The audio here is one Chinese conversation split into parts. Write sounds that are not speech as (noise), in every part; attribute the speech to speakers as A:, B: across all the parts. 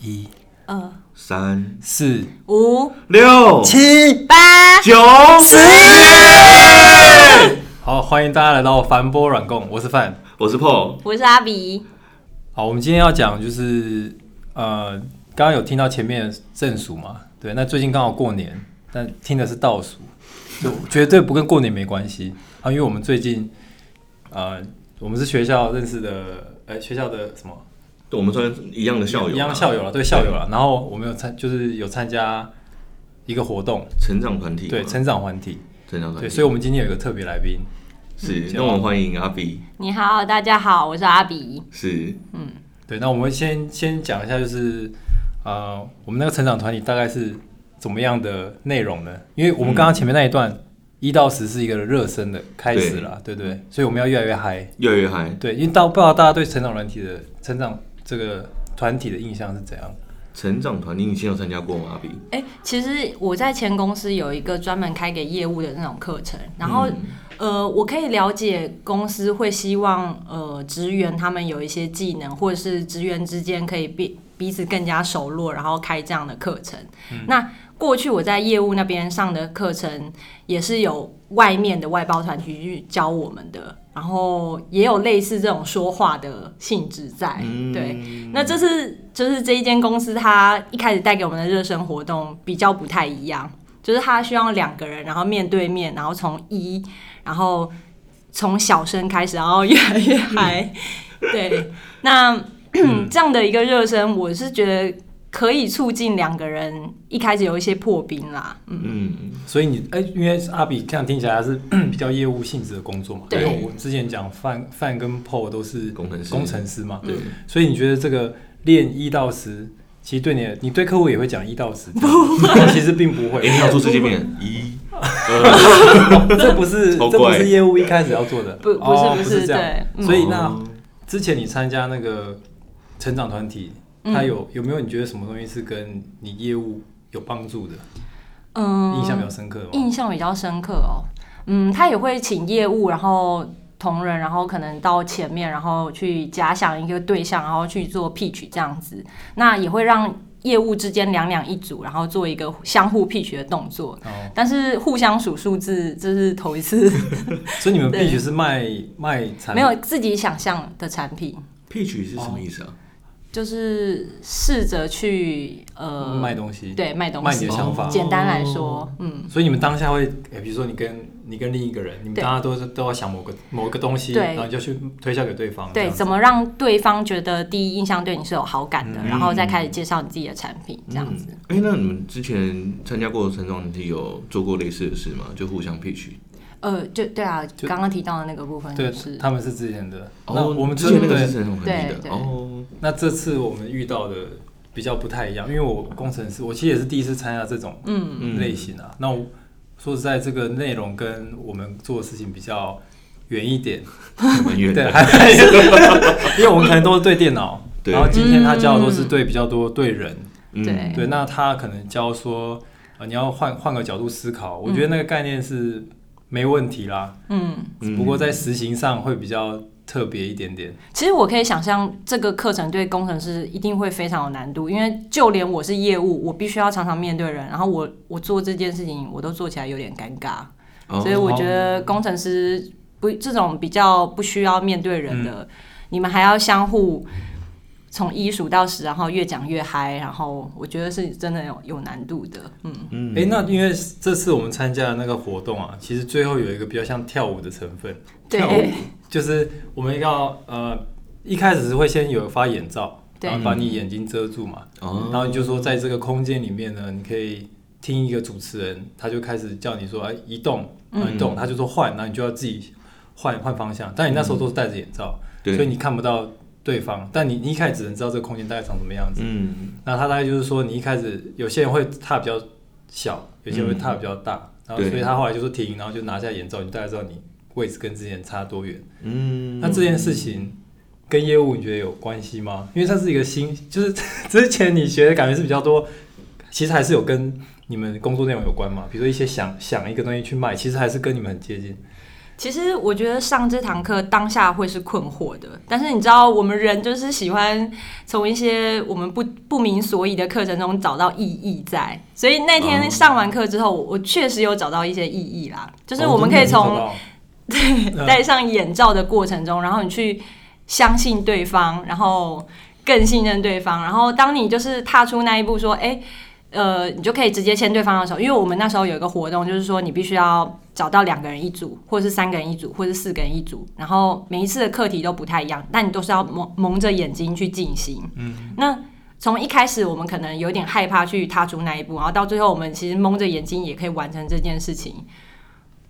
A: 一、
B: 二、
C: 三、
A: 四、
B: 五、
C: 六、
A: 七、
B: 八。
C: 九、十。
A: 好，欢迎大家来到凡波软供，我是范。
C: 我是 Paul，
B: 我是阿比，
A: 好，我们今天要讲就是呃，刚刚有听到前面的正数嘛？对，那最近刚好过年，但听的是倒数，就绝对不跟过年没关系啊，因为我们最近呃，我们是学校认识的，呃，学校的什么？
C: 对我们算一样的校友啊，
A: 一样校友了，对校友了。然后我们有参，就是有参加一个活动，
C: 成长团体嘛，
A: 对成长环体，
C: 成长团体，
A: 对，所以我们今天有一个特别来宾，
C: 是那我们欢迎阿 B，
B: 你好，大家好，我是阿比。
C: 是
A: 对，那我们先先讲一下，就是呃，我们那个成长团体大概是怎么样的内容呢？因为我们刚刚前面那一段一到十是一个热身的开始啦，对对，所以我们要越来越嗨。
C: 越来越嗨。
A: 对，因为到不知道大家对成长团体的成长这个团体的印象是怎样？
C: 成长团体，你以前有参加过吗？阿 B，
B: 哎、其实我在前公司有一个专门开给业务的那种课程，然后、呃，我可以了解公司会希望呃职员他们有一些技能，或者是职员之间可以彼彼此更加熟络，然后开这样的课程。那过去我在业务那边上的课程也是有外面的外包团体去教我们的，然后也有类似这种说话的性质在，对。那这是就是这一间公司，它一开始带给我们的热身活动比较不太一样，就是它需要两个人，然后面对面，然后从一，然后从小声开始，然后越来越嗨。
A: 嗯
B: 对，那 (clears throat) 这样的一个热身，我是觉得可以促进两个人一开始有一些破冰啦。嗯，
C: 嗯，
A: 所以你哎、因为阿比这样听起来他是 (clears throat) 比较业务性质的工作嘛，
B: 对
A: 因为我们之前讲范范跟 PO 都是
C: 工程师
A: 工程师嘛，
C: 对，
A: 所以你觉得这个练一到十，其实对你的你对客户也会讲一到十，哦其实并不
C: (laughs) 哎，
A: 会，
C: 你想做世界面？一、二，
A: (laughs) 这不是
C: 超
A: 这不
C: 怪
A: 是业务一开始要做的，
B: 不不是
A: 哦
B: 不
A: 不
B: 是
A: 这样
B: 对，嗯
A: 所以那
C: 哦
A: 之前你参加那个成长团体，
B: 嗯
A: 它有有没有你觉得什么东西是跟你业务有帮助的，
B: 嗯
A: 印象比较深刻吗？
B: 印象比较深刻哦。嗯，他也会请业务，然后同仁，然后可能到前面，然后去假想一个对象，然后去做 pitch 这样子。那也会让业务之间两两一组，然后做一个相互 pitch 的动作。
A: 哦，
B: 但是互相数数字，这是头一次，
A: 所以你们
B: 对
A: 必须是卖卖 (laughs) 产品
B: 没有自己想象的产品，
C: ，Peach 是什么意思
B: 哦
C: 啊？
B: 就是试着去呃
A: 卖东西，
B: 对卖东
A: 卖你
B: 西
A: 的。想法。哦
B: 简单来说，嗯，
A: 所以你们当下会，诶比如说你跟你跟另一个人，你们
B: 对
A: 大家都是都要想某个某一个东西，
B: 对
A: 然后你就去推销给对方。这
B: 对，
A: 样子
B: 怎么让对方觉得第一印象对你是有好感的，
C: 嗯
B: 然后再开始介绍你自己的产品，这样子。
C: 嗯。哎，那你们之前参加过成长团体，有做过类似的事吗？就互相 Peach。
B: 呃，就对啊，
A: 嗯就
B: 刚刚提到的那个部分就
A: 对，
B: 是，
A: 他们是之前的。那
C: 哦，
A: 我们
C: 之前那个
A: 对
C: 是成长团体
B: 对
C: 的
B: 对
C: 哦，
A: 那这次我们遇到的比较不太一样，因为我工程师，我其实也是第一次参加这种
B: 嗯，
C: 嗯
A: 类型啊。那我说实在，这个内容跟我们做的事情比较远一点，
C: 蛮远
A: 对，
C: 的。
A: 还 (laughs) 因为我们可能都是对电脑，
C: 对
A: 然后今天他教的都
B: 嗯
A: 是对比较多对人，
C: 嗯
B: 对
A: (laughs) 对，那他可能教说，呃，你要换换个角度思考，我觉得那个概念是没问题啦，
B: 嗯，
A: 只不过在实行上会比较特别一点点。
B: 其实我可以想象这个课程对工程师一定会非常有难度，因为就连我是业务，我必须要常常面对人，然后我我做这件事情，我都做起来有点尴尬，
C: 哦
B: 所以我觉得工程师不这种比较不需要面对人的，你们还要相互从一数到十，然后越讲越嗨，然后我觉得是真的有有难度的，嗯，
C: 嗯，
A: 哎、那因为这次我们参加的那个活动啊，其实最后有一个比较像跳舞的成分，跳舞
B: 对，
A: 就是我们要呃一开始是会先有发眼罩，
B: 对
A: 然后把你眼睛遮住嘛，
C: 哦
A: 然后你就说在这个空间里面呢，你可以听一个主持人，他就开始叫你说哎移动，然后
C: 嗯
A: 移动，他就说换，然后你就要自己换换方向，但你那时候都是戴着眼罩，
C: 对
A: 所以你看不到对方，但你你一开始只能知道这个空间大概长什么样子。
C: 嗯，
A: 那他大概就是说，你一开始有些人会踏比较小，有些
C: 嗯
A: 人会踏比较大，然后
C: 对
A: 所以他后来就说停，然后就拿下眼罩，你大概知道你位置跟之前差多远。
C: 嗯，
A: 那这件事情跟业务你觉得有关系吗？因为它是一个新，就是 (laughs) 之前你学的感觉是比较多，其实还是有跟你们工作内容有关嘛，比如说一些想想一个东西去卖，其实还是跟你们很接近。
B: 其实我觉得上这堂课当下会是困惑的，但是你知道，我们人就是喜欢从一些我们不不明所以的课程中找到意义在，所以那天
C: 嗯
B: 上完课之后，我确实有找到一些意义啦，就是
A: 哦
B: 我们可以
A: 真的
B: 从
A: 没想到
B: 戴上眼罩的过程中，然后你去相信对方，然后更信任对方，然后当你就是踏出那一步，说，哎、呃，你就可以直接签对方的手，因为我们那时候有一个活动，就是说你必须要找到两个人一组，或者是三个人一组，或者是四个人一组，然后每一次的课题都不太一样，但你都是要蒙蒙着眼睛去进行。嗯，那。从一开始，我们可能有点害怕去踏出那一步，然后到最后，我们其实蒙着眼睛也可以完成这件事情。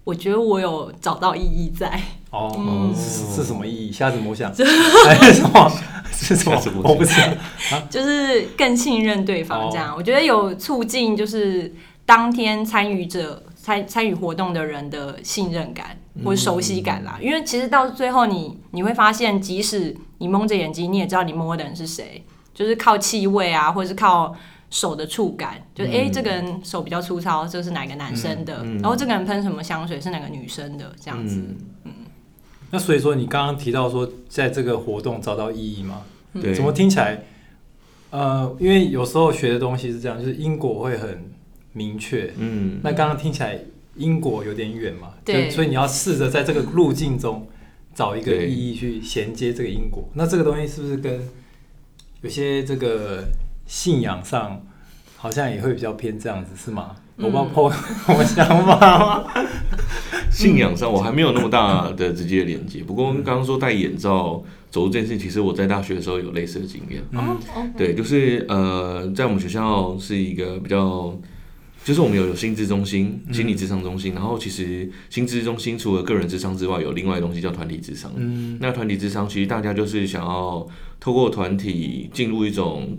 B: 我觉得我有找到意义在。嗯
A: 哦，是是什么意义？瞎子摸
B: (laughs)
A: 象还是什么？是什么
C: 瞎子？摸象
A: 我不知道。
B: 就是更信任对方这样。我觉得有促进就是当天参与者参参与活动的人的信任感或熟悉感啦。因为其实到最后你你会发现，即使你蒙着眼睛，你也知道你摸的人是谁，就是靠气味啊，或者是靠。手的触感，就诶，这个人手比较粗糙，这是哪个男生的？然后这个人喷什么香水是哪个女生的？这样子，
C: 嗯
A: 那所以说，你刚刚提到说，在这个活动找到意义吗？
C: 嗯
B: 嗯
C: 对，
A: 怎么听起来？呃，因为有时候学的东西是这样，就是因果会很明确。
C: 嗯，
A: 那刚刚听起来因果有点远嘛，
B: 对
A: 就所以你要试着在这个路径中找一个
C: 对
A: 意义去衔接这个因果。那这个东西是不是跟有些这个信仰上好像也会比较偏这样子，是吗？我不知道 PO 我想法吗？
C: 信仰上我还没有那么大的直接连接。不过刚刚说戴眼罩走路这件事，其实我在大学的时候有类似的经验。
B: 哦哦，
C: 对，就是呃，在我们学校是一个比较，就是我们有有心智中心、心理智商中心，然后其实心智中心除了个人智商之外，有另外一个东西叫团体智商。
A: 嗯，
C: 那团体智商其实大家就是想要透过团体进入一种。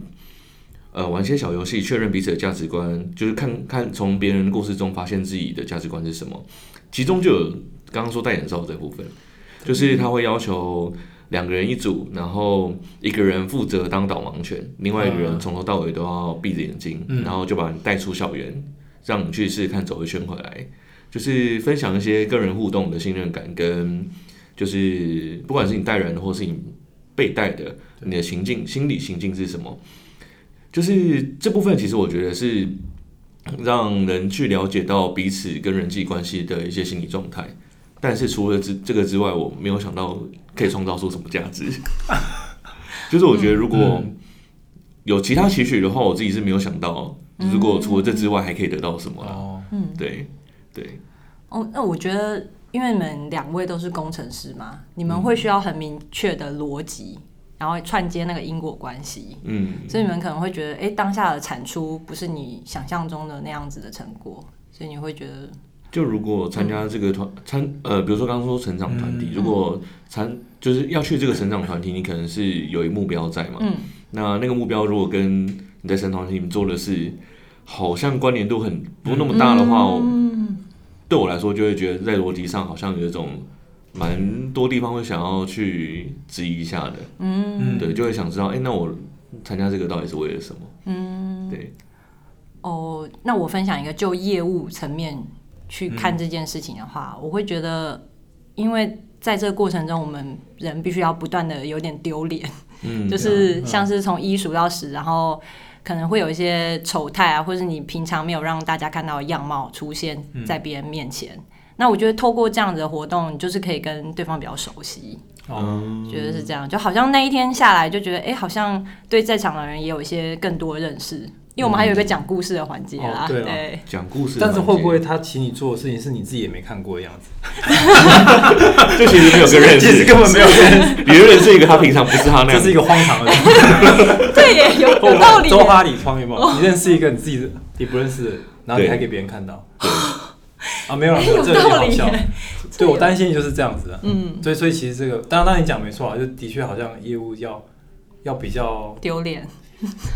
C: 呃，玩一些小游戏，确认彼此的价值观，就是看看从别人的故事中发现自己的价值观是什么。其中就有刚刚说戴眼罩这部分，就是他会要求两个人一组，然后一个人负责当导盲犬，另外一个人从头到尾都要闭着眼睛，然后就把你带出校园，让你去试试看走一圈回来，就是分享一些个人互动的信任感跟，就是不管是你带人或是你被带的，你的情境、心理情境是什么，就是这部分其实我觉得是让人去了解到彼此跟人际关系的一些心理状态。但是除了这这个之外，我没有想到可以创造出什么价值。 (laughs) 就是我觉得如果有其他期许的话，我自己是没有想到，如果除了这之外还可以得到什么啦。啊
A: 哦，
C: 对对，
B: 哦，那我觉得，因为你们两位都是工程师嘛，你们会需要很明确的逻辑，然后串接那个因果关系，
C: 嗯，
B: 所以你们可能会觉得，哎、当下的产出不是你想象中的那样子的成果，所以你会觉得，
C: 就如果参加这个团参呃，比如说刚刚说成长团体，如果参就是要去这个成长团体，你可能是有一目标在嘛。
B: 嗯。
C: 那那个目标如果跟你在成长团体里面做的事好像关联度很不那么大的话，对我来说就会觉得在逻辑上好像有一种蛮多地方会想要去质疑一下的。
A: 嗯，
C: 对，就会想知道，哎、那我参加这个到底是为了什么？嗯，对。
B: 哦，那我分享一个就业务层面去看这件事情的话，我会觉得，因为在这个过程中，我们人必须要不断的有点丢脸，
C: 嗯
A: 啊
B: 就是像是从一数到十，然后可能会有一些丑态啊，或是你平常没有让大家看到的样貌出现
A: 嗯
B: 在别人面前。那我觉得透过这样子的活动，你就是可以跟对方比较熟悉，
C: 嗯
A: 哦，
B: 觉得是这样，就好像那一天下来就觉得，哎、好像对在场的人也有一些更多认识，因为我们还有一个讲故事的环节
A: 嗯
B: 啦，
A: 哦对啊
B: 对， (laughs)
C: 讲故事的
A: 但
C: 环节，
A: 是会不会他请你做的事情是你自己也没看过的样子？
C: (laughs) 就其实没有跟认
A: 其实
C: 识，
A: 根本
C: (laughs)
A: 没有跟，
C: 别人认识一个他平常不是他那
A: 这
C: 样
A: 是一，个荒唐的人。
B: 对耶，有 (laughs) 有道
A: (laughs)
B: 理耶。哦
A: 周哈里窗有没有？你认识一个你自己你不认识的人，然后你还给别人看到。啊，没有了，没
B: (laughs) 有
A: 这个有点
B: 道
A: 好
B: 理
A: 笑
B: 耶。
A: 对我担心就是这样子的，嗯，所以所以其实这个，当然当然你讲没错啊，就的确好像业务要要比较
B: 丢脸，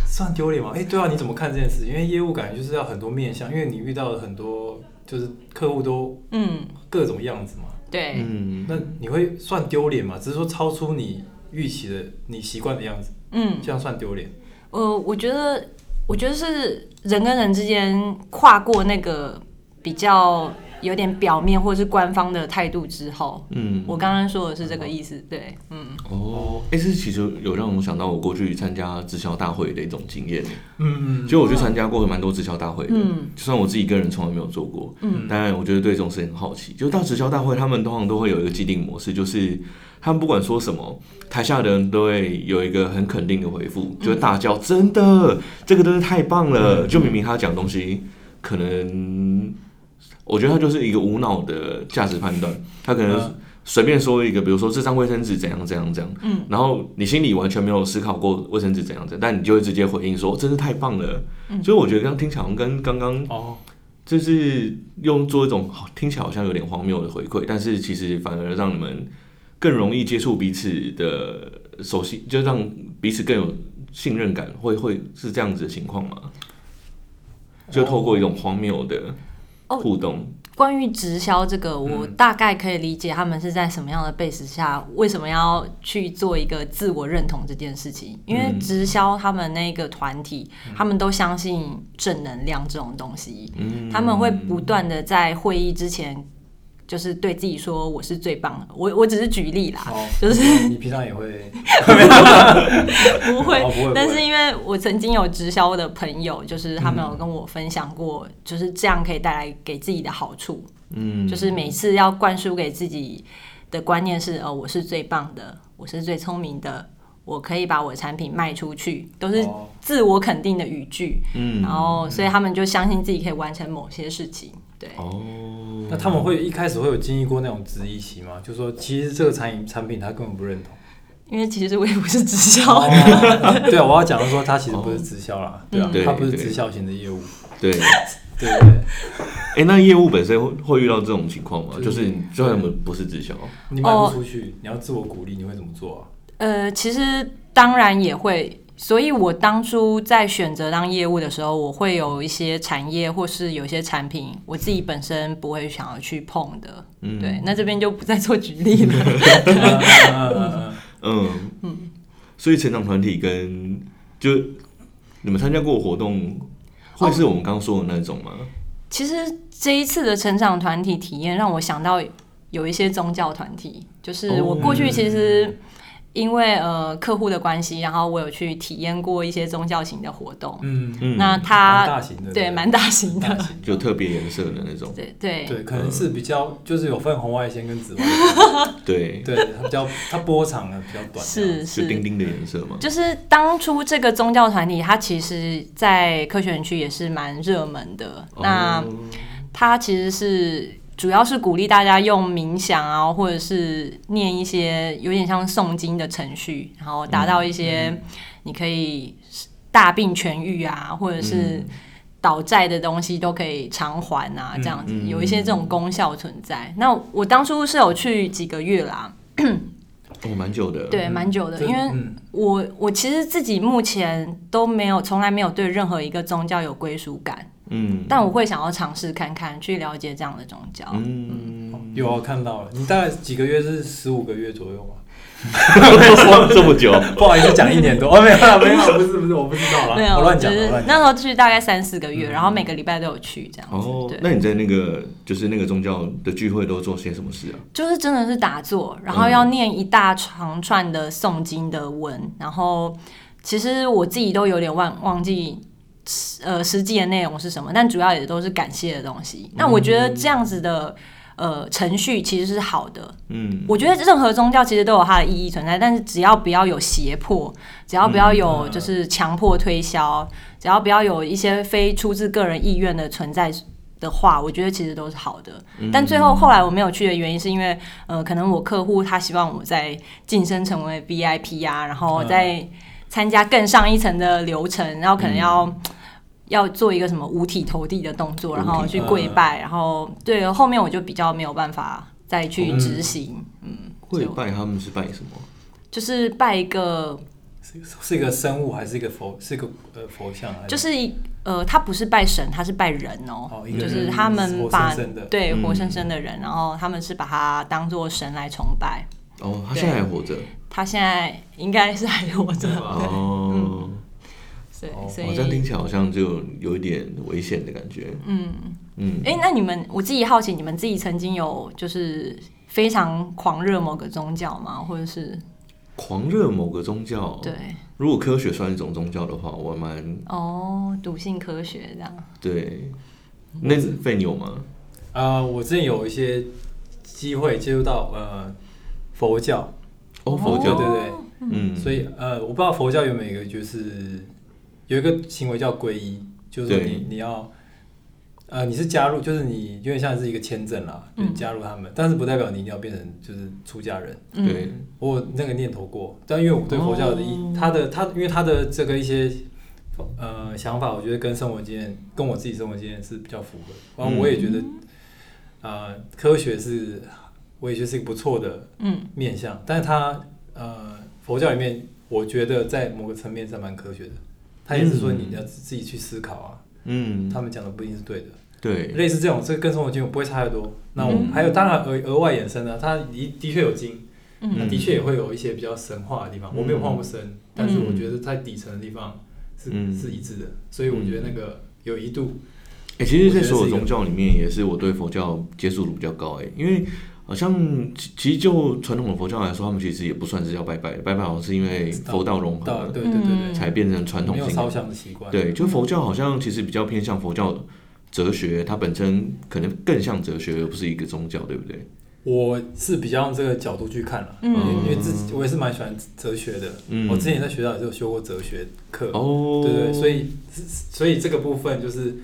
A: 算丢脸嘛。哎，对啊，你怎么看这件事？因为业务感觉就是要很多面向，因为你遇到了很多就是客户都
B: 嗯，
A: 各种样子嘛，
B: 对，
C: 嗯，
A: 那你会算丢脸嘛？只是说超出你预期的、你习惯的样子，
B: 嗯，
A: 这样算丢脸。
B: 呃，我觉得，我觉得是人跟人之间跨过那个比较有点表面或是官方的态度之后，
C: 嗯，
B: 我刚刚说的是这个意思，对，嗯，
C: 哦，哎、这其实有让我想到我过去参加直销大会的一种经验。
A: 嗯嗯，
C: 就我去参加过蛮多直销大会的，
B: 嗯
C: 就算我自己个人从来没有做过，
A: 嗯
C: 当然我觉得对这种事情很好奇。就到直销大会，他们通常都会有一个既定模式，就是他们不管说什么，台下的人都会有一个很肯定的回复，
A: 嗯
C: 就是大叫“真的，这个真的太棒了”。就明明他讲东西，可能我觉得他就是一个无脑的价值判断，他可能
A: 嗯
C: 随便说一个，比如说这张卫生纸怎样怎样怎样，
B: 嗯，
C: 然后你心里完全没有思考过卫生纸怎样怎样，但你就会直接回应说哦真是太棒了。所以我觉得刚听起来好像跟刚刚
A: 哦，
C: 就是用做一种好听起来好像有点荒谬的回馈，但是其实反而让你们更容易接触彼此的熟悉，就让彼此更有信任感，会会是这样子的情况吗？就透过一种荒谬的
B: 哦
C: 互动，
B: 关于直销这个，我
C: 嗯
B: 大概可以理解他们是在什么样的 base 下，为什么要去做一个自我认同这件事情。因为
C: 嗯
B: 直销他们那个团体，他们都相信正能量这种东西，
C: 嗯，
B: 他们会不断的在会议之前，就是对自己说我是最棒的。我我只是举例啦，
A: 哦，
B: 啊就是
A: 你平常也会，
B: 不会
A: 哦不会不会，
B: 但是因为我曾经有直销的朋友，就是他们有跟我分享过，就是这样可以带来给自己的好处。
C: 嗯，
B: 就是每次要灌输给自己的观念是：哦，我是最棒的，我是最聪明的，我可以把我的产品卖出去，都是
A: 哦
B: 自我肯定的语句。
C: 嗯
B: 然后，所以他们就相信自己可以完成某些事情。对，
C: 哦，
A: 那他们会一开始会有经历过那种质疑期吗？就说其实这个产品产品他根本不认同。
B: 因为其实我也不是直销，
A: 哦，对啊，我要讲的说他其实不是直销啦，对啊
C: 对，
A: 他不是
C: 对
A: 直销型的业务，
C: 对，
A: 对对对，
C: 哎、那业务本身会会遇到这种情况吗？就是就算我们不是直销，
A: 你卖不出去，你要自我鼓励，你会怎么做啊？
B: 呃，其实当然也会。所以，我当初在选择当业务的时候，我会有一些产业或是有些产品，我自己本身不会想要去碰的。
C: 嗯，
B: 对，那这边就不再做举
A: (laughs)
B: 例了。
A: 嗯嗯嗯嗯
C: 嗯，所以成长团体跟就你们参加过的活动，
B: 哦
C: 会是我们刚刚说的那种吗？
B: 其实这一次的成长团体体验让我想到有一些宗教团体，就是
A: 哦
B: 我过去其实因为呃客户的关系，然后我有去体验过一些宗教型的活动。
A: 嗯，
C: 嗯，
B: 那
A: 蛮
B: 它
A: 大型的，
B: 对蛮大型
A: 大
B: 的，
A: 型
C: 就特别颜色的那种，
B: 对对
A: 对，可能是比较就是有分红外线跟紫外线，
C: 对，
A: 对，它比较它波长啊呢比较短，
B: 是
C: 是钉
B: 是。
C: 钉的颜色吗？
B: 就是当初这个宗教团体，它其实，在科学园区也是蛮热门的。那
C: 哦
B: 它其实是主要是鼓励大家用冥想啊，或者是念一些有点像诵经的程序，然后达到一
C: 嗯
B: 些你可以大病痊愈啊，或者是倒债的东西都可以偿还啊，这样子
C: 嗯嗯嗯
B: 有一些这种功效存在。那我当初是有去几个月啦，
C: 哦，蛮久的，，
B: 对，蛮久的，
A: 这
B: 因为
A: 嗯
B: 我我其实自己目前都没有，从来没有对任何一个宗教有归属感，
C: 嗯
B: 但我会想要尝试看看，去了解这样的宗教。
C: 嗯，
A: 有我看到了，你大概几个月是十五个月左右吗？
C: (laughs) 这么
B: (laughs)
C: 久，
A: (laughs) 不好意思，讲一年多哦，没有啦没有啦，不是不是，我不知道
B: 没
A: 啦，
B: 有，
A: 我乱
B: 啊就
A: 讲的，
B: 是
A: 我乱
B: 那
A: 讲。嗯
B: 时候去大概三四个月，然后每个礼拜都有去这样子。
C: 哦，
B: 对，
C: 那你在那个就是那个宗教的聚会都做些什么事啊？
B: 就是真的是打坐，然后要
A: 嗯
B: 念一大长串的诵经的文，然后其实我自己都有点忘忘记。呃，实际的内容是什么？但主要也都是感谢的东西。那我觉得这样子的呃程序其实是好的，
C: 嗯，
B: 我觉得任何宗教其实都有它的意义存在，但是只要不要有胁迫，只要不要有
A: 嗯
B: 就是强迫推销，只要不要有一些非出自个人意愿的存在的话，我觉得其实都是好的。
A: 嗯
B: 但最后后来我没有去的原因是因为，呃，可能我客户他希望我在晋升成为 VIP 啊，然后
A: 嗯
B: 再参加更上一层的流程，然后可能要。
A: 嗯
B: 要做一个什么五体投地的动作，然后去跪
A: 嗯
B: 拜，然后对后面我就比较没有办法再去执行。
A: 嗯
C: 会拜他们是拜什么？
B: 就是拜一个，
A: 是是一个生物还是一个佛？是一个呃佛像还是？
B: 就是一呃，他不是拜神，他是拜人哦，
A: 哦一个
B: 就
A: 人
B: 是他们
A: 活
B: 把
A: 生生的
B: 对
C: 嗯
B: 活生生的人，然后他们是把他当做神来崇拜。
C: 哦，他现在还活着，
B: 他现在应该是还活着，
A: 对吧
C: 哦，
B: 嗯对，
A: 哦
B: (laughs) 所
C: 我这样
B: 以
C: 听起来好像就有一点危险的感觉。嗯嗯，
B: 哎、那你们我自己好奇，你们自己曾经有就是非常狂热某个宗教吗？或者是
C: 狂热某个宗教，
B: 对
C: 如果科学算一种宗教的话，我蛮
B: 哦，笃信科学这样？
C: 对。那费你有吗？
A: 啊、我之前有一些机会接触到呃佛教，
C: 哦，佛教，
A: 对对对，
C: 嗯，
A: 所以呃，我不知道佛教有没有一个就是有一个行为叫皈依，就是说
C: 对
A: 你你要呃你是加入，就是你有点像是一个签证啦，
B: 嗯
A: 就是加入他们，但是不代表你一定要变成就是出家人。
C: 对，
A: 我有那个念头过，但因为我对佛教的意，他的他因为他的这个一些呃想法，我觉得跟生活经验跟我自己生活经验是比较符合。然后我也觉得，呃，科学是我也觉得是一个不错的
B: 嗯
A: 面向，但是它呃佛教里面，我觉得在某个层面上蛮科学的。他也是说你要自自己去思考啊，
C: 嗯，
A: 他们讲的不一定是对的。
C: 对，
A: 类似这种，这个跟生活经验不会差太多。那我们还有，当然额额外衍生啊的，它的的确有经，
C: 嗯
B: 嗯
A: 那的确也会有一些比较神话的地方。我没有碰过神，但是我觉得在底层的地方是
C: 嗯
A: 是一致的，所以我觉得那个有一度，
C: 哎、其实，
A: 我觉
C: 在
A: 得
C: 所有
A: 是一个
C: 宗教里面，也是我对佛教接触度比较高哎、因为好像其其实就传统的佛教来说，他们其实也不算是要拜拜，拜拜好像是因为佛道融
A: 到
C: 合
A: 对对对
C: 才变成嗯传
A: 对，
C: 统
A: 没有
C: 信
A: 烧
C: 仰。
A: 香的习惯。
C: 对，就佛教好像其实比较偏向佛教哲学，它本身可能更像哲学，而不是一个宗教，对不对？
A: 我是比较用这个角度去看了，因为因为自己我也是蛮喜欢哲学的。
C: 哦嗯
A: 我之前在学校也是有修过哲学课，
C: 哦，
A: 对对，所以所以这个部分就是，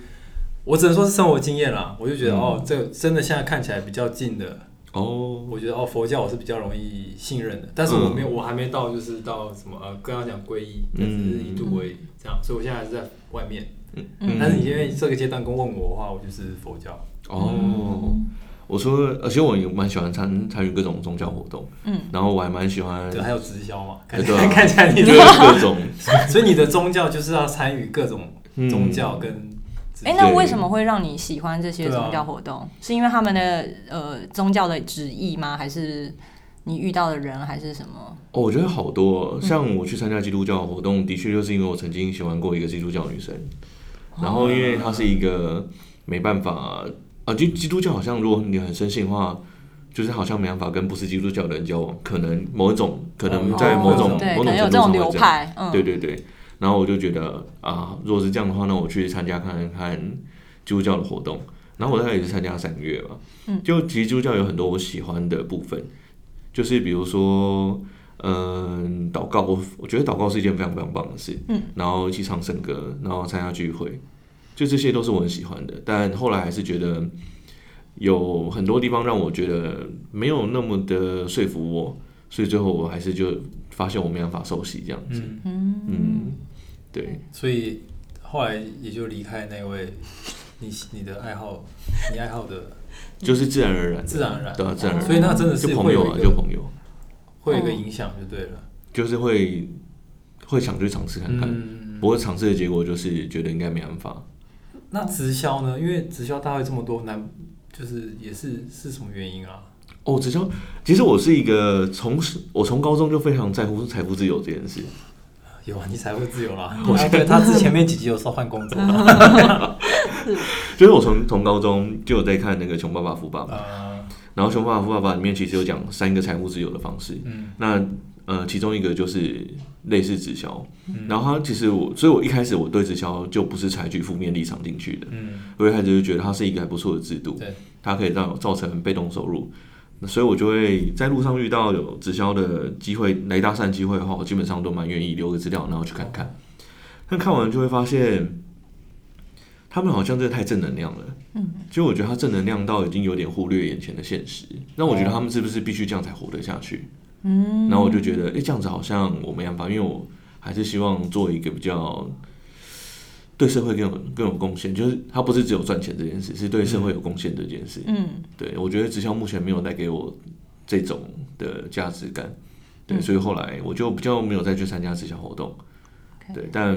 A: 我只能说是生活经验啦。我就
C: 嗯
A: 觉得、哦，这个真的现在看起来比较近的，
C: 哦，
A: 我觉得哦，佛教我是比较容易信任的。但是
C: 嗯
A: 我没有，我还没到就是到什么呃，刚刚讲皈依，那只是一度而已，这样。所以我现在还是在外面。
C: 嗯
A: 但是你因为这个阶段跟问我的话，我就是佛教。
C: 哦，我说，而且我也蛮喜欢参参与各种宗教活动，嗯，然后我还蛮喜欢
A: 对，还有直销嘛，看
C: 嗯对
A: 起
C: 对
A: 来、
C: 啊
A: 看起来你
C: 各
A: 的，
C: 各种。
A: (laughs) 所以你的宗教就是要参与各种宗教
C: 嗯
A: 跟直
B: 哎、
A: 销。
B: 那
C: 对
B: 为什么会让你喜欢这些
A: 对啊
B: 宗教活动？是因为他们的呃宗教的旨意吗？还是你遇到的人，还是什么？
C: 哦，我觉得好多
B: 嗯
C: 哦，像我去参加基督教活动，的确就是因为我曾经喜欢过一个基督教女生，
B: 哦
C: 然后因为她是一个没办法啊，就基督教好像如果你很深信的话，就是好像没办法跟不是基督教的人交往，可能某一种，可能
A: 哦
C: 在某种、
B: 哦对，可
C: 某种
B: 能有
C: 程
B: 这
C: 度上
B: 种
C: 会
B: 流
C: 这样
B: 派，嗯，
C: 对对对，然后我就觉得啊，如果是这样的话，那我去参加看看基督教的活动。然后我大概也是参加三个月吧，嗯，就其实基督教有很多我喜欢的部分，就是比如说，嗯，祷告，我我觉得祷告是一件非常非常棒的事，嗯，然后一起唱圣歌，然后参加聚会，就这些都是我很喜欢的。但后来还是觉得有很多地方让我觉得没有那么的说服我，所以最后我还是就发现我没办法受洗这样子，
A: 嗯，
C: 嗯，对，
A: 所以后来也就离开那位你你的爱好，你爱好的
C: 就是自然而然的，
A: 自然而然
C: 对啊，自然而然。
A: 所以那真嗯的是
C: 就朋
A: 会
C: 友
A: 有
C: 啊，
A: 一
C: 就
A: 个
C: 朋友，
A: 会有一个影响就对了。
C: 就是会会想去尝试看看。
A: 嗯，
C: 不过尝试的结果就是觉得应该没办法。
A: 那直销呢？因为直销大会这么多难，就是也是是什么原因啊？ (laughs)
C: 哦，直销，其实我是一个从我从高中就非常在乎财富自由这件事。
A: 有啊，你财富自由啦。我觉得他之前面几集有说换工作啊，
C: 就是我从从高中就有在看那个《穷爸爸富爸爸》，
A: 呃
C: 然后《穷爸爸富爸爸》里面其实有讲三个财富自由的方式。嗯，那呃，其中一个就是类似直销，
A: 嗯
C: 然后它其实我，所以我一开始我对直销就不是采取负面立场进去的。
A: 嗯，
C: 我一开始就觉得它是一个还不错的制度
A: 对，
C: 它可以让我造成被动收入，那所以我就会在路上遇到有直销的机会来搭讪机会的话，我基本上都蛮愿意留个资料，然后去看
A: 哦
C: 看。但看完就会发现，他们好像真的太正能量了，嗯，就我觉得他正能量到已经有点忽略眼前的现实，那我觉得他们是不是必须这样才活得下去？嗯，然后我就觉得，诶，这样子好像我没办法，因为我还是希望做一个比较对社会更有更有贡献，就是它不是只有赚钱这件事，是对社会有贡献这件事。
B: 嗯，
C: 对我觉得直销目前没有带给我这种的价值感，对，所以后来我就比较没有再去参加直销活动。对，但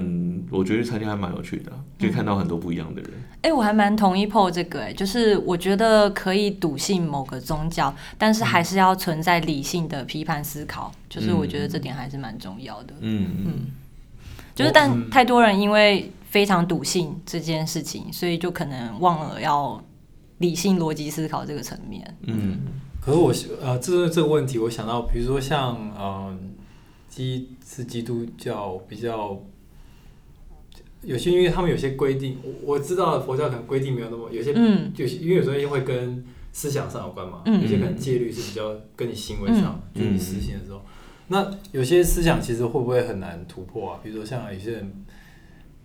C: 我觉得参加还蛮有趣的啊，就看到很多不一样的人。
B: 哎、我还蛮同意 PO 这个、哎，就是我觉得可以笃信某个宗教，但是还是要存在理性的批判思考，就是我觉得这点还是蛮重要的。
C: 嗯，
B: 就是但太多人因为非常笃信这件事情，所以就可能忘了要理性逻辑思考这个层面。
C: 嗯，
A: (laughs) 可是我呃，这这个问题，我想到，比如说像呃，基是基督教比较有些，因为他们有些规定，我我知道佛教可能规定没有那么有些，
B: 嗯
A: 有些因为有些会跟思想上有关嘛，
B: 嗯
A: 有些可能戒律是比较跟你行为上，
C: 嗯
A: 就你实行的时候，那有些思想其实会不会很难突破啊？比如说像有些人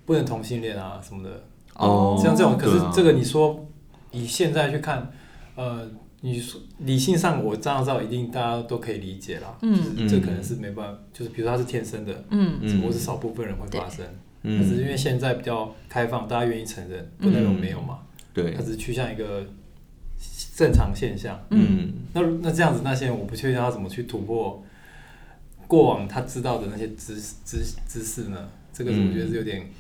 A: 不能同性恋啊什么的，
C: 哦，
A: 像这种，可
C: 对
A: 是
C: 啊
A: 这个你说以现在去看，呃，你说理性上我这样照一定大家都可以理解啦，
B: 嗯
A: 就是这可能是没办法，就是比如说它是天生的，
B: 嗯
A: 只不
C: 嗯
A: 过是少部分人会发生，但是
C: 嗯，
A: 因为现在比较开放，大家愿意承认，不能有没有嘛，
C: 对
A: 它，只是趋向一个正常现象。
C: 嗯
A: 那那这样子，那些人我不确定他怎么去突破过往他知道的那些知识知知识呢？这个是我觉得是有点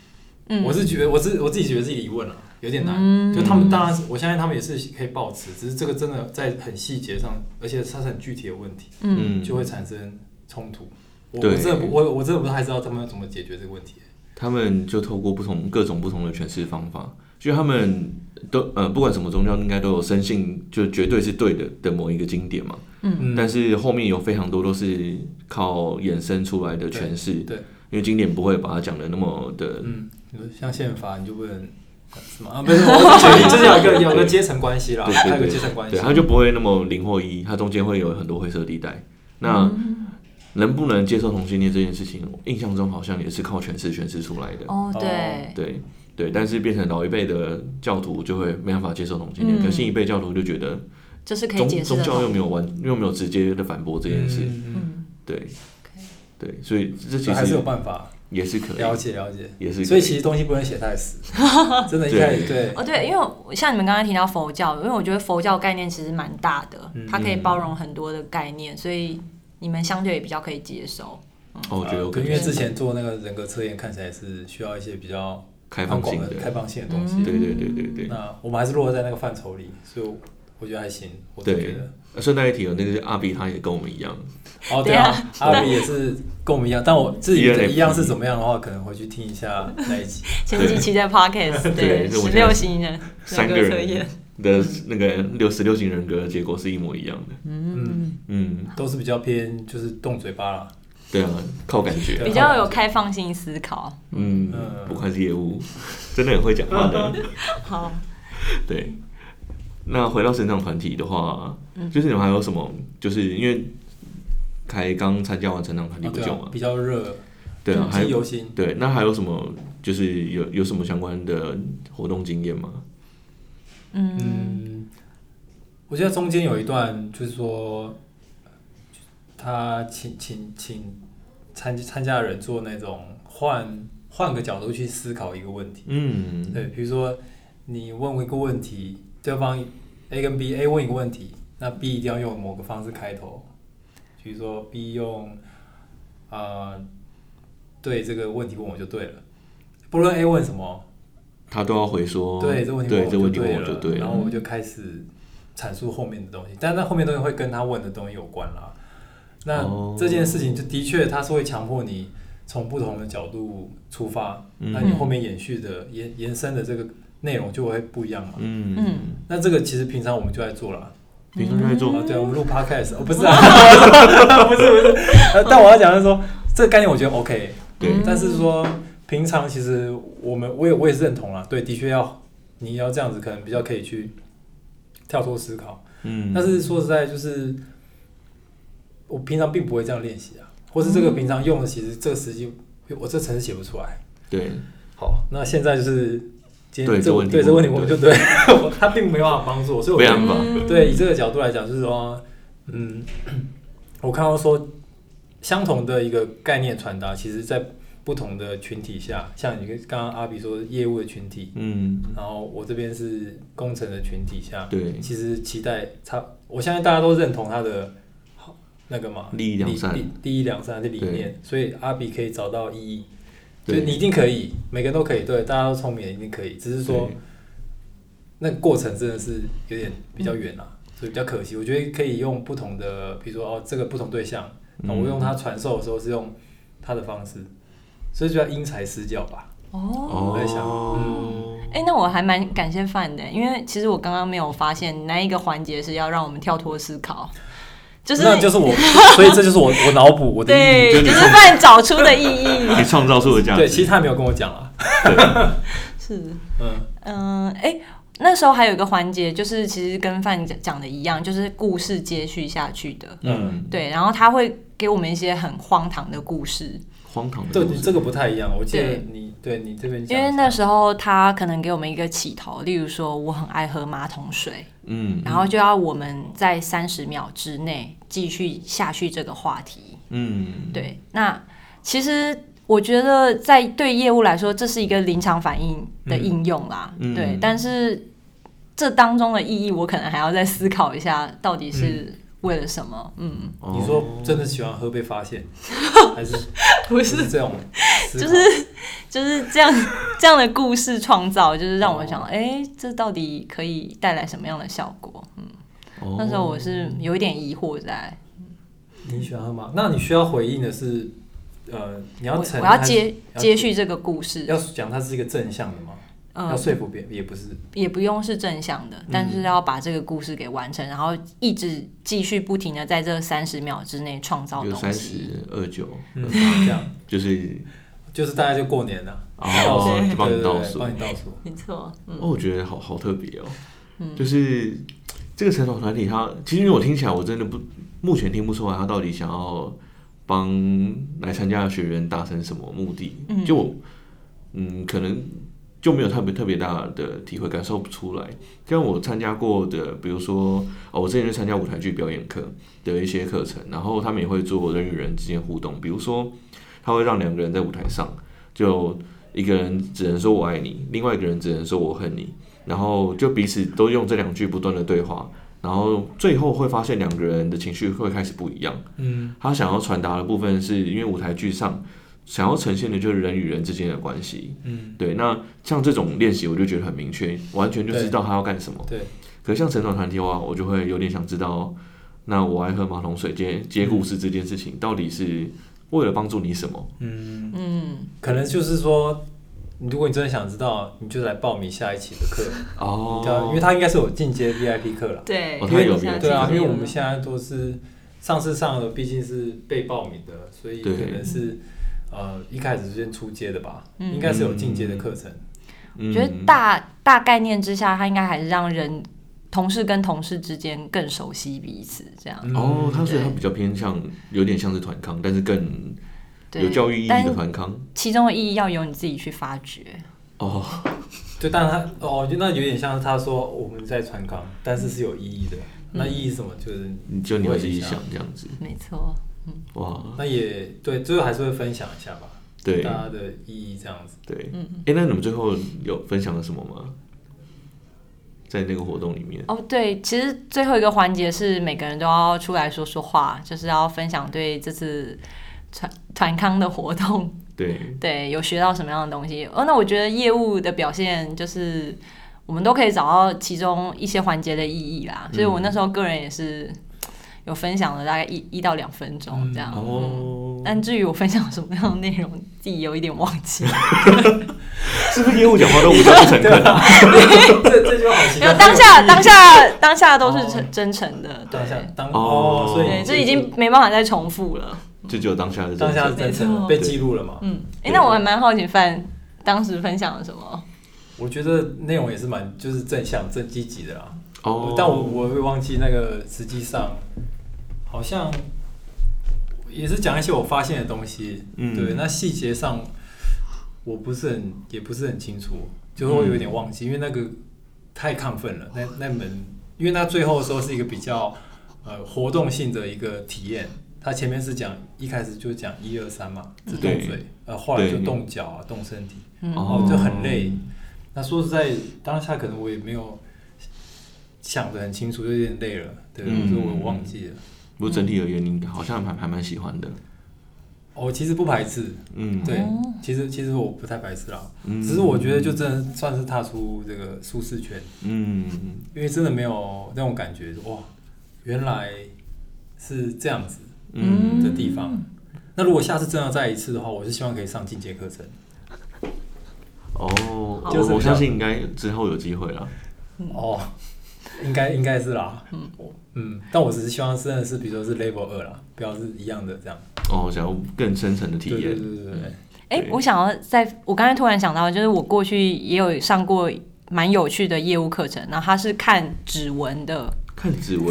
B: 嗯，
A: 我是觉得我自我自己觉得自己疑问了、有点难。
B: 嗯
A: 就他们当然是，我相信他们也是可以保持，只是这个真的在很细节上，而且它是很具体的问题，
B: 嗯
A: 就会产生冲突。我
C: 对
A: 我真的不我我真的不太知道他们要怎么解决这个问题。
C: 他们就透过不同各种不同的诠释方法，就他们都呃不管什么宗教，应该都有深信就绝对是对的的某一个经典嘛。
A: 嗯
C: 但是后面有非常多都是靠衍生出来的诠释，
A: 对
C: 因为经典不会把它讲的那么的，
A: 嗯，你说像宪法，你就不能什么
C: (laughs)
A: 啊？不是，我是举例，就是有一个有一个阶层关系啦，
C: 对
A: 还有
C: 对
A: 一个
C: 对
A: 阶层关系
C: 对，。它就不会那么零或一，它中间会有很多灰色地带。那
A: 嗯
C: 能不能接受同性恋这件事情，我印象中好像也是靠诠释诠释出来的，
B: 哦
A: 哦
B: 对，
C: 对对。但是变成老一辈的教徒就会没办法接受同性恋，
B: 嗯
C: 可新一辈教徒就觉得
B: 这是可以
C: 宗
B: 解释
C: 宗
B: 的
C: 教又
B: 吧。
C: 没有完又没有直接的反驳这件事，
A: 嗯，
B: 嗯
C: 对
B: OK
C: 对，所以这
A: 嗯
C: 其
A: 还是有
C: 实
A: 办法
C: 也是可以，
A: 了解了解。
C: 也是可
A: 所以其实东西不能写太
C: (laughs)
A: 死，真的，一开始对，
B: 哦，对，因为我像你们刚才提到佛教，因为我觉得佛教概念其实蛮大的，
A: 嗯
B: 它可以包容很多的概念，所以你们相对也比较可以接受。
C: 哦，我觉得有可
A: 啊因
C: 能
A: 为之前做那个人格测验，看起来是需要一些比较
C: 开放性
A: 宽
C: 的嗯
A: 广，开放性的东西。
C: 对对对对对。
A: 那我们还是落在那个范畴里，所以我觉得还行。我自己觉
C: 对
A: 得，
C: 呃顺带一提哦，那个阿比他也跟我们一样，
A: 哦，对啊，阿伟也是跟我们一样，但我自
C: (laughs)
A: 己的一样是怎么样的话，可能回去听一下那一集。
B: 前几期在 Podcast
C: 对是我
B: 十
C: 现在
B: 六型人
C: 三
B: 人
C: 个
B: 格测验
C: 人，的那个六十六型人格的结果是一模一样的。
A: 嗯，
C: 嗯，
A: 都是比较偏就是动嘴巴啦。
C: 对啊，靠感觉。
A: 对
B: 比较有开放性思考。
C: 嗯
A: 嗯，
C: 不愧是业务，真的很会讲话的。
B: 好，
C: 对，那回到成长团体的话，就是你们还有什么？就是因为才刚参加完成长团体
A: 啊
C: 不
A: 对
C: 久
A: 啊
C: 嘛，
A: 比较热，
C: 哦对啊，
A: 记
C: 还
A: 忆犹新。
C: 对，那还有什么？就是有有什么相关的活动经验吗？
B: 嗯
A: 嗯，我记得中间有一段就是说，他请请请参参加的人做那种换换个角度去思考一个问题。
C: 嗯，
A: 对，比如说你问我一个问题，对方 A 跟 B，A 问一个问题，那 B 一定要用某个方式开头，比如说 B 用啊、呃对这个问题问我就对了，不论 A 问什么，
C: 他都要回说，
A: 对这问题问我
C: 哦对这
A: 就
C: 问题
A: 对
C: 问我就
A: 了，
C: 对
A: 然
C: 了，
A: 后我就开始阐述后面的东西，但那后面的东西会跟他问的东西有关啦。那
C: 哦
A: 这件事情就的确，它是会强迫你从不同的角度出发，那你
B: 嗯
A: 后面延续的延延伸的这个内容就会不一样嘛。
C: 嗯
B: 嗯
A: 那这个其实平常我们就在做了。
C: 平常就会做
A: 啊，对，我
C: (laughs)
A: 们录 podcast，哦，不是啊，啊 (laughs) 不是不是，呃但我要讲的是说，这个概念我觉得 OK，
C: 对
A: 但是说平常其实我们我也我也是认同啦，对，的确要你要这样子，可能比较可以去跳脱思考，
C: 嗯，
A: 但是说实在就是我平常并不会这样练习啊，或是这
C: 嗯
A: 个平常用的，其实这个时机我这程式写不出来。
C: 对，
A: 好，那现在就是今天
C: 对
A: 这
C: 这问题
A: 对这
C: 我
A: 问题我们就对， (laughs) 我他并没有办法帮助我，所以我
C: 没
A: 觉得
C: 办法，
A: 对，以这个角度来讲，就是说，嗯， (clears throat) 我看到说，相同的一个概念传达，其实在不同的群体下，像你刚刚阿比说业务的群体，
C: 嗯，
A: 然后我这边是工程的群体下，
C: 对，
A: 其实期待差，我相信大家都认同他的好那个嘛，
C: 利益良善
A: 利利益良善的理念，所以阿比可以找到意义，就
C: 对
A: 是你一定可以，每个人都可以，对，大家都聪明，一定可以，只是说。那个过程真的是有点比较远啊，所以比较可惜。我觉得可以用不同嗯的，比如说哦，这个不同对象，那我用它传授的时候是用它的方式，所以就要因材施教吧。
B: 哦，
A: 我在想
C: 哦，
B: 哎、那我还蛮感谢范的，因为其实我刚刚没有发现那一个环节是要让我们跳脱思考，就是
A: 那就是我， (laughs) 所以这就是我我脑补我的意义。
B: 对，就是范找出的意义。 (laughs)
C: 你创造出的价
A: 嗯
C: 值。
A: 对，其实他也没有跟我讲啊。
B: 是，
A: 嗯，
B: 嗯、哎、那时候还有一个环节，就是其实跟范讲的一样，就是故事接续下去的。
C: 嗯，
B: 对，然后他会给我们一些很荒唐的故事，
C: 荒唐的
A: 对
C: 故
A: 你
C: 事
A: 这个不太一样。我记得
B: 对
A: 你对你这边讲
B: 因
A: 一下，
B: 为那时候他可能给我们一个起头，例如说我很爱喝马桶水，
C: 嗯
B: 然后就要我们在三十秒之内继续下去这个话题。
C: 嗯，
B: 对，那其实我觉得在对业务来说，这是一个临场反应的应用啦。
C: 嗯
B: 对
C: 嗯，
B: 但是这当中的意义，我可能还要再思考一下，到底是为了什么？嗯，
C: 哦
A: 啊你说真的喜欢喝被发
B: (laughs)
A: 现，还是
B: 不
A: 是这种思考？
B: 就是就是这样 (laughs) 这样的故事创造，就是让我想，哎、这到底可以带来什么样的效果？嗯
C: 哦
B: 那时候我是有一点疑惑在，
A: 你喜欢喝吗？那你需要回应的是，呃，你要
B: 我
A: 承
B: 我要
A: 认
B: 接
A: 它是
B: 接续这个故事，
A: 要讲它是一个正向的吗？要
B: 嗯，
A: 说服别人也不是。
B: 也不用是正向的，但
C: 嗯
B: 是要把这个故事给完成，然后一直继续不停的在这三十秒之内创造
C: 有
B: 东
C: 三
B: 西。
C: 十二九，
A: 嗯，这样
B: (laughs)
C: 就是
A: 就是大概就过年了，倒数
C: 哦，就帮
A: 对
C: 你
A: 对
C: 倒
A: 对，
C: 数。
A: 帮你倒数。
B: 没错，嗯，
C: 哦，我觉得好好特别哦，就是这个成长团体它，其实我听起来我真的不，目前听不出来他到底想要帮来参加的学员达成什么目的。
B: 嗯
C: 就我，嗯，可能就没有特别特别大的体会，感受不出来。像我参加过的，比如说哦，我之前就参加舞台剧表演课的一些课程，然后他们也会做人与人之间互动，比如说他会让两个人在舞台上就。一个人只能说我爱你，另外一个人只能说我恨你，然后就彼此都用这两句不断的对话，然后最后会发现两个人的情绪会开始不一样。
A: 嗯，
C: 他想要传达的部分是因为舞台剧上想要呈现的就是人与人之间的关系。
A: 嗯，
C: 对，那像这种练习我就觉得很明确，完全就知道他要干什么。
A: 对，
C: 可是像成长团体的话，我就会有点想知道，那我爱喝马桶水接接故事这件事情到底是为了帮助你什么？
A: 嗯，
B: 嗯，
A: 可能就是说，如果你真的想知道，你就来报名下一期的课，
C: 哦
A: 对啊，因为它应该是有进阶 VIP 课了。
B: 对
C: 哦他有别的
A: 对啊，
C: 进
A: 因
C: 阶
A: 为我们现在都是上次上的毕竟是被报名的，所以可
C: 对
A: 能是呃一开始先出阶的吧，
B: 嗯
A: 应该是有进阶的课程。
C: 嗯
B: 我觉得大大概念之下，他应该还是让人同事跟同事之间更熟悉彼此，这样。
C: 哦，他
A: 嗯
C: 所以他
B: 对
C: 比较偏向，有点像是团康，但是更
B: 对，
C: 有教育意义的
B: 但
C: 团康。
B: 其中的意义要由你自己去发掘。
C: 哦，
A: 对，但他哦，就那有点像他说我们在传康，但是是有意义的。
C: 嗯
A: 那意义是什么？就是
C: 你就你会自己
A: 想
C: 想，这样子，
B: 没错，
C: 哇，
A: 那也对，最后还是会分享一下吧，
C: 对
A: 大家的意义这样子。
C: 对，
B: 嗯
C: 哎、那你们最后有分享了什么吗？在那个活动里面，
B: 哦对，其实最后一个环节是每个人都要出来说说话，就是要分享对这次团团康的活动，
C: 对，
B: 对有学到什么样的东西。哦，那我觉得业务的表现就是我们都可以找到其中一些环节的意义啦，所以我那时候个人也是有分享了大概一一到两分钟
A: 嗯
B: 这样。
C: 哦，
B: 但至于我分享什么样的内容，自己有一点忘
A: (laughs)
B: 记。
C: 是不是业务讲话都无较不诚恳
A: (laughs)
C: 啊？
A: 这这句话好奇
B: 没
A: 怪
B: 有，
A: (laughs)
B: 当下当下当下都是
A: 哦
B: 真真诚的，对
A: 当下当
C: 哦
A: 哦，所以
B: 对，这已经没办法再重复了。
C: 就只有当下的
A: 当下是真诚的
B: 没错
A: 被记录了嘛？
B: 嗯，哎、
C: 对
B: 那我还蛮好奇范当时分享了什么？
A: 我觉得内容也是蛮就是正向正积极的啦，
C: 哦，
A: 但我我会忘记那个实际上好像也是讲一些我发现的东西，
C: 嗯
A: 对，那细节上我不是很也不是很清楚，就是我有
C: 嗯
A: 点忘记，因为那个太亢奋了，那那门，因为它最后的时候是一个比较呃活动性的一个体验。它前面是讲一开始就讲一二三嘛，是动
C: 对
A: 嘴，呃，后来就
C: 对
A: 动脚啊，动身体，
B: 嗯
A: 哦，就很累。那说实在，当下可能我也没有想得很清楚，就有点累了，对，
C: 嗯
A: 所以我忘记了。
C: 不过整
B: 嗯
C: 体而言，你好像还还蛮喜欢的，
A: 我、哦其实不排斥，
C: 嗯，
A: 对
B: 哦，
A: 其实其实我不太排斥啦，
C: 嗯
A: 只是我觉得就真的算是踏出这个舒适圈，
C: 嗯，
A: 因为真的没有那种感觉，哇，原来是这样子
C: 嗯
A: 的地方。那那如果下次真的再一次的话，我是希望可以上进阶课程。
C: 哦，
A: 就
C: 我
A: 是
C: 我
A: 比较
C: 相信应该之后有机会啦。
A: 哦，应该应该是啦。嗯但我只是希望真的是，比如说是 level 二啦，不要是一样的这样。
C: 哦，想要更深层的体
A: 对对
C: 验，
A: 对对对。
B: 哎、
C: 对
B: 我想要在，我刚才突然想到，就是我过去也有上过蛮有趣的业务课程，然后它是看指纹的，
C: 看指纹，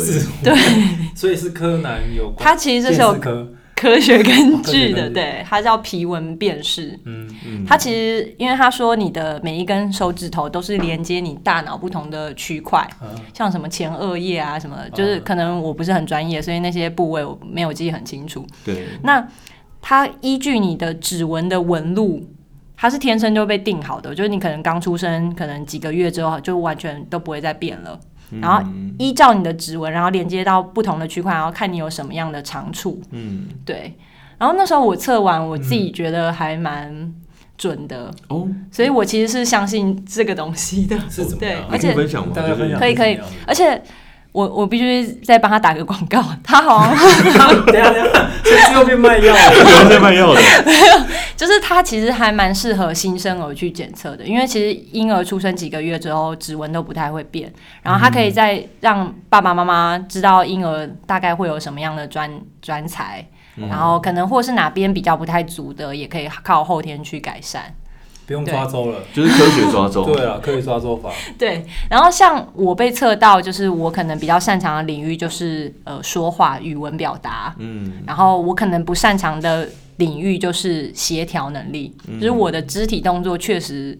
A: 所以是柯南有关，
B: 它其实这是有
A: 鉴识科，
B: 科学
A: 科学根
B: 根据的，
A: 据
B: 哦对，它叫皮纹辨识。
A: 嗯，
C: 嗯，
B: 它其实，因为他说你的每一根手指头都是连接你大脑不同的区块，
A: 啊
B: 像什么前额叶啊什么，就是可能我不是很专业，所以那些部位我没有记忆很清楚。
C: 对，
B: 那它依据你的指纹的纹路，它是天生就被定好的，就是你可能刚出生，可能几个月之后就完全都不会再变了。然后
C: 嗯
B: 依照你的指纹，然后连接到不同的区块，然后看你有什么样的长处。
C: 嗯，
B: 对，然后那时候我测完，我自己觉得还蛮准的，
C: 哦，
B: 所以我其实是相信这个东西的。
A: 是怎么样啊？
B: 对而且
C: 你可以分享吗？
A: 大家
C: 就
A: 分
C: 是 (laughs)
A: 享
B: 可以可以
A: 是怎么样
B: 而且我我必须再帮他打个广告，他好
A: 的。
B: 像
A: (laughs) 等一下等一下， (laughs) 这是又变卖药了。
C: 不要再卖药的，
B: 就是他其实还蛮适合新生儿去检测的，因为其实婴儿出生几个月之后指纹都不太会变，然后他可以再让爸爸妈妈知道婴儿大概会有什么样的专专才，然后可能或是哪边比较不太足的，也可以靠后天去改善。
A: 不用抓周了。
C: 就是科学抓周，
A: 对啊，可以抓周法。
B: (laughs) 对，然后像我被测到，就是我可能比较擅长的领域就是呃说话、语文表达，
C: 嗯，
B: 然后我可能不擅长的领域就是协调能力，就是我的肢体动作确实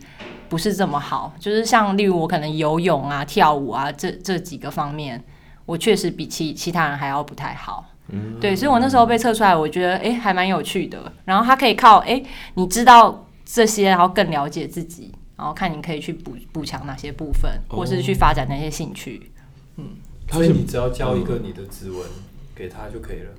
B: 不是这么好，就是像例如我可能游泳啊、跳舞啊这这几个方面，我确实比其其他人还要不太好。对，所以我那时候被测出来，我觉得诶还蛮有趣的。然后它可以靠诶你知道这些，然后更了解自己，然后看你可以去补补强哪些部分，
C: 哦
B: 或是去发展哪些兴趣。
A: 所以你只要交一个你的指纹给他就可以了。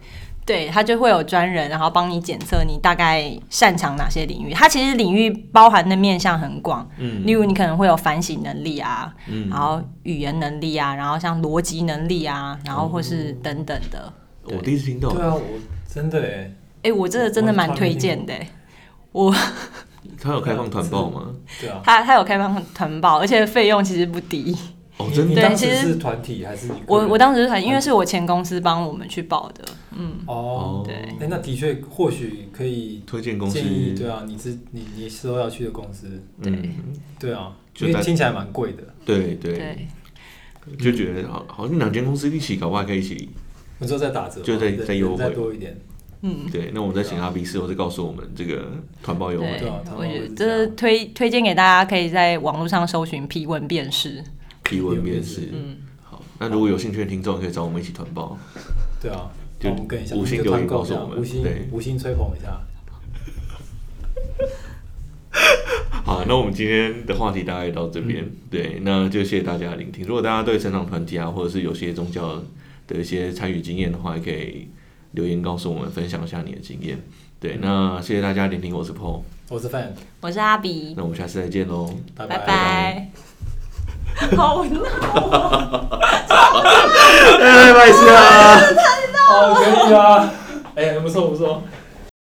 B: 对，它就会有专人，然后帮你检测你大概擅长哪些领域。它其实领域包含的面向很广，
C: 嗯
B: 例如你可能会有反省能力啊，
C: 嗯
B: 然后语言能力啊，然后像逻辑能力啊，然后或是等等的。
C: 我第一次听到
A: 对，啊，我真的哎，
B: 哎、我这个真的蛮推荐的、我
C: 他有开放团报吗？
A: 对啊。
B: 他他有开放团报，而且费用其实不低。
C: 哦，
A: 你
C: 真
A: 你
C: 的，
B: 对
A: 当
B: 其
A: 时
B: 实
A: 是团体还是你个人？
B: 我我当时很，因为是我前公司帮我们去报的，
A: 哦
C: 哦，
B: 对
A: 哎，那的确或许可以
C: 推荐公司
A: 建，议，对啊，你是你你之后要去的公司，
C: 嗯，
A: 对啊，
C: 就
A: 因为
C: 大
A: 听起来蛮贵的。
C: 对对，
B: 对
C: 就觉得好，好像两间公司一起，搞不好还可以一起，
A: 你说再打折吗，
C: 就再
A: 人
C: 再优惠
A: 人再多一点，嗯
C: 对，那我们再请阿 B 事后再告诉我们这个团报优惠
A: 对啊他们
B: 我觉
A: 会
B: 得
A: 是
B: 就
A: 这
B: 是
A: 样
B: 推推荐给大家，可以在网络上搜寻批文辨识。
C: 提问面试，好，那如果有兴趣的听众可以找我们一起团报，
A: 对啊，
C: 嗯就
A: 帮我们跟一下，
C: 五星
A: 我们就团
C: 留言
A: 购
C: 告诉
A: 一下
C: 我们
A: 五星
C: 对
A: 五星吹捧一下。
C: 好，那我们今天的话题大概到这边，对，那就谢谢大家的聆听。如果大家对成长团体啊，或者是有些宗教的一些参与经验的话，也可以留言告诉我们，分享一下你的经验。对，那谢谢大家聆听，我是 Paul，
A: 我是 Fan，
B: 我是阿比，
C: 那我们下次再见喽。
A: 拜
B: 拜
A: 拜。
B: 拜。
A: (laughs)
B: 好闹，
C: 拜拜，拜拜。
A: (laughs) 哦，可以啊，哎，不错不错。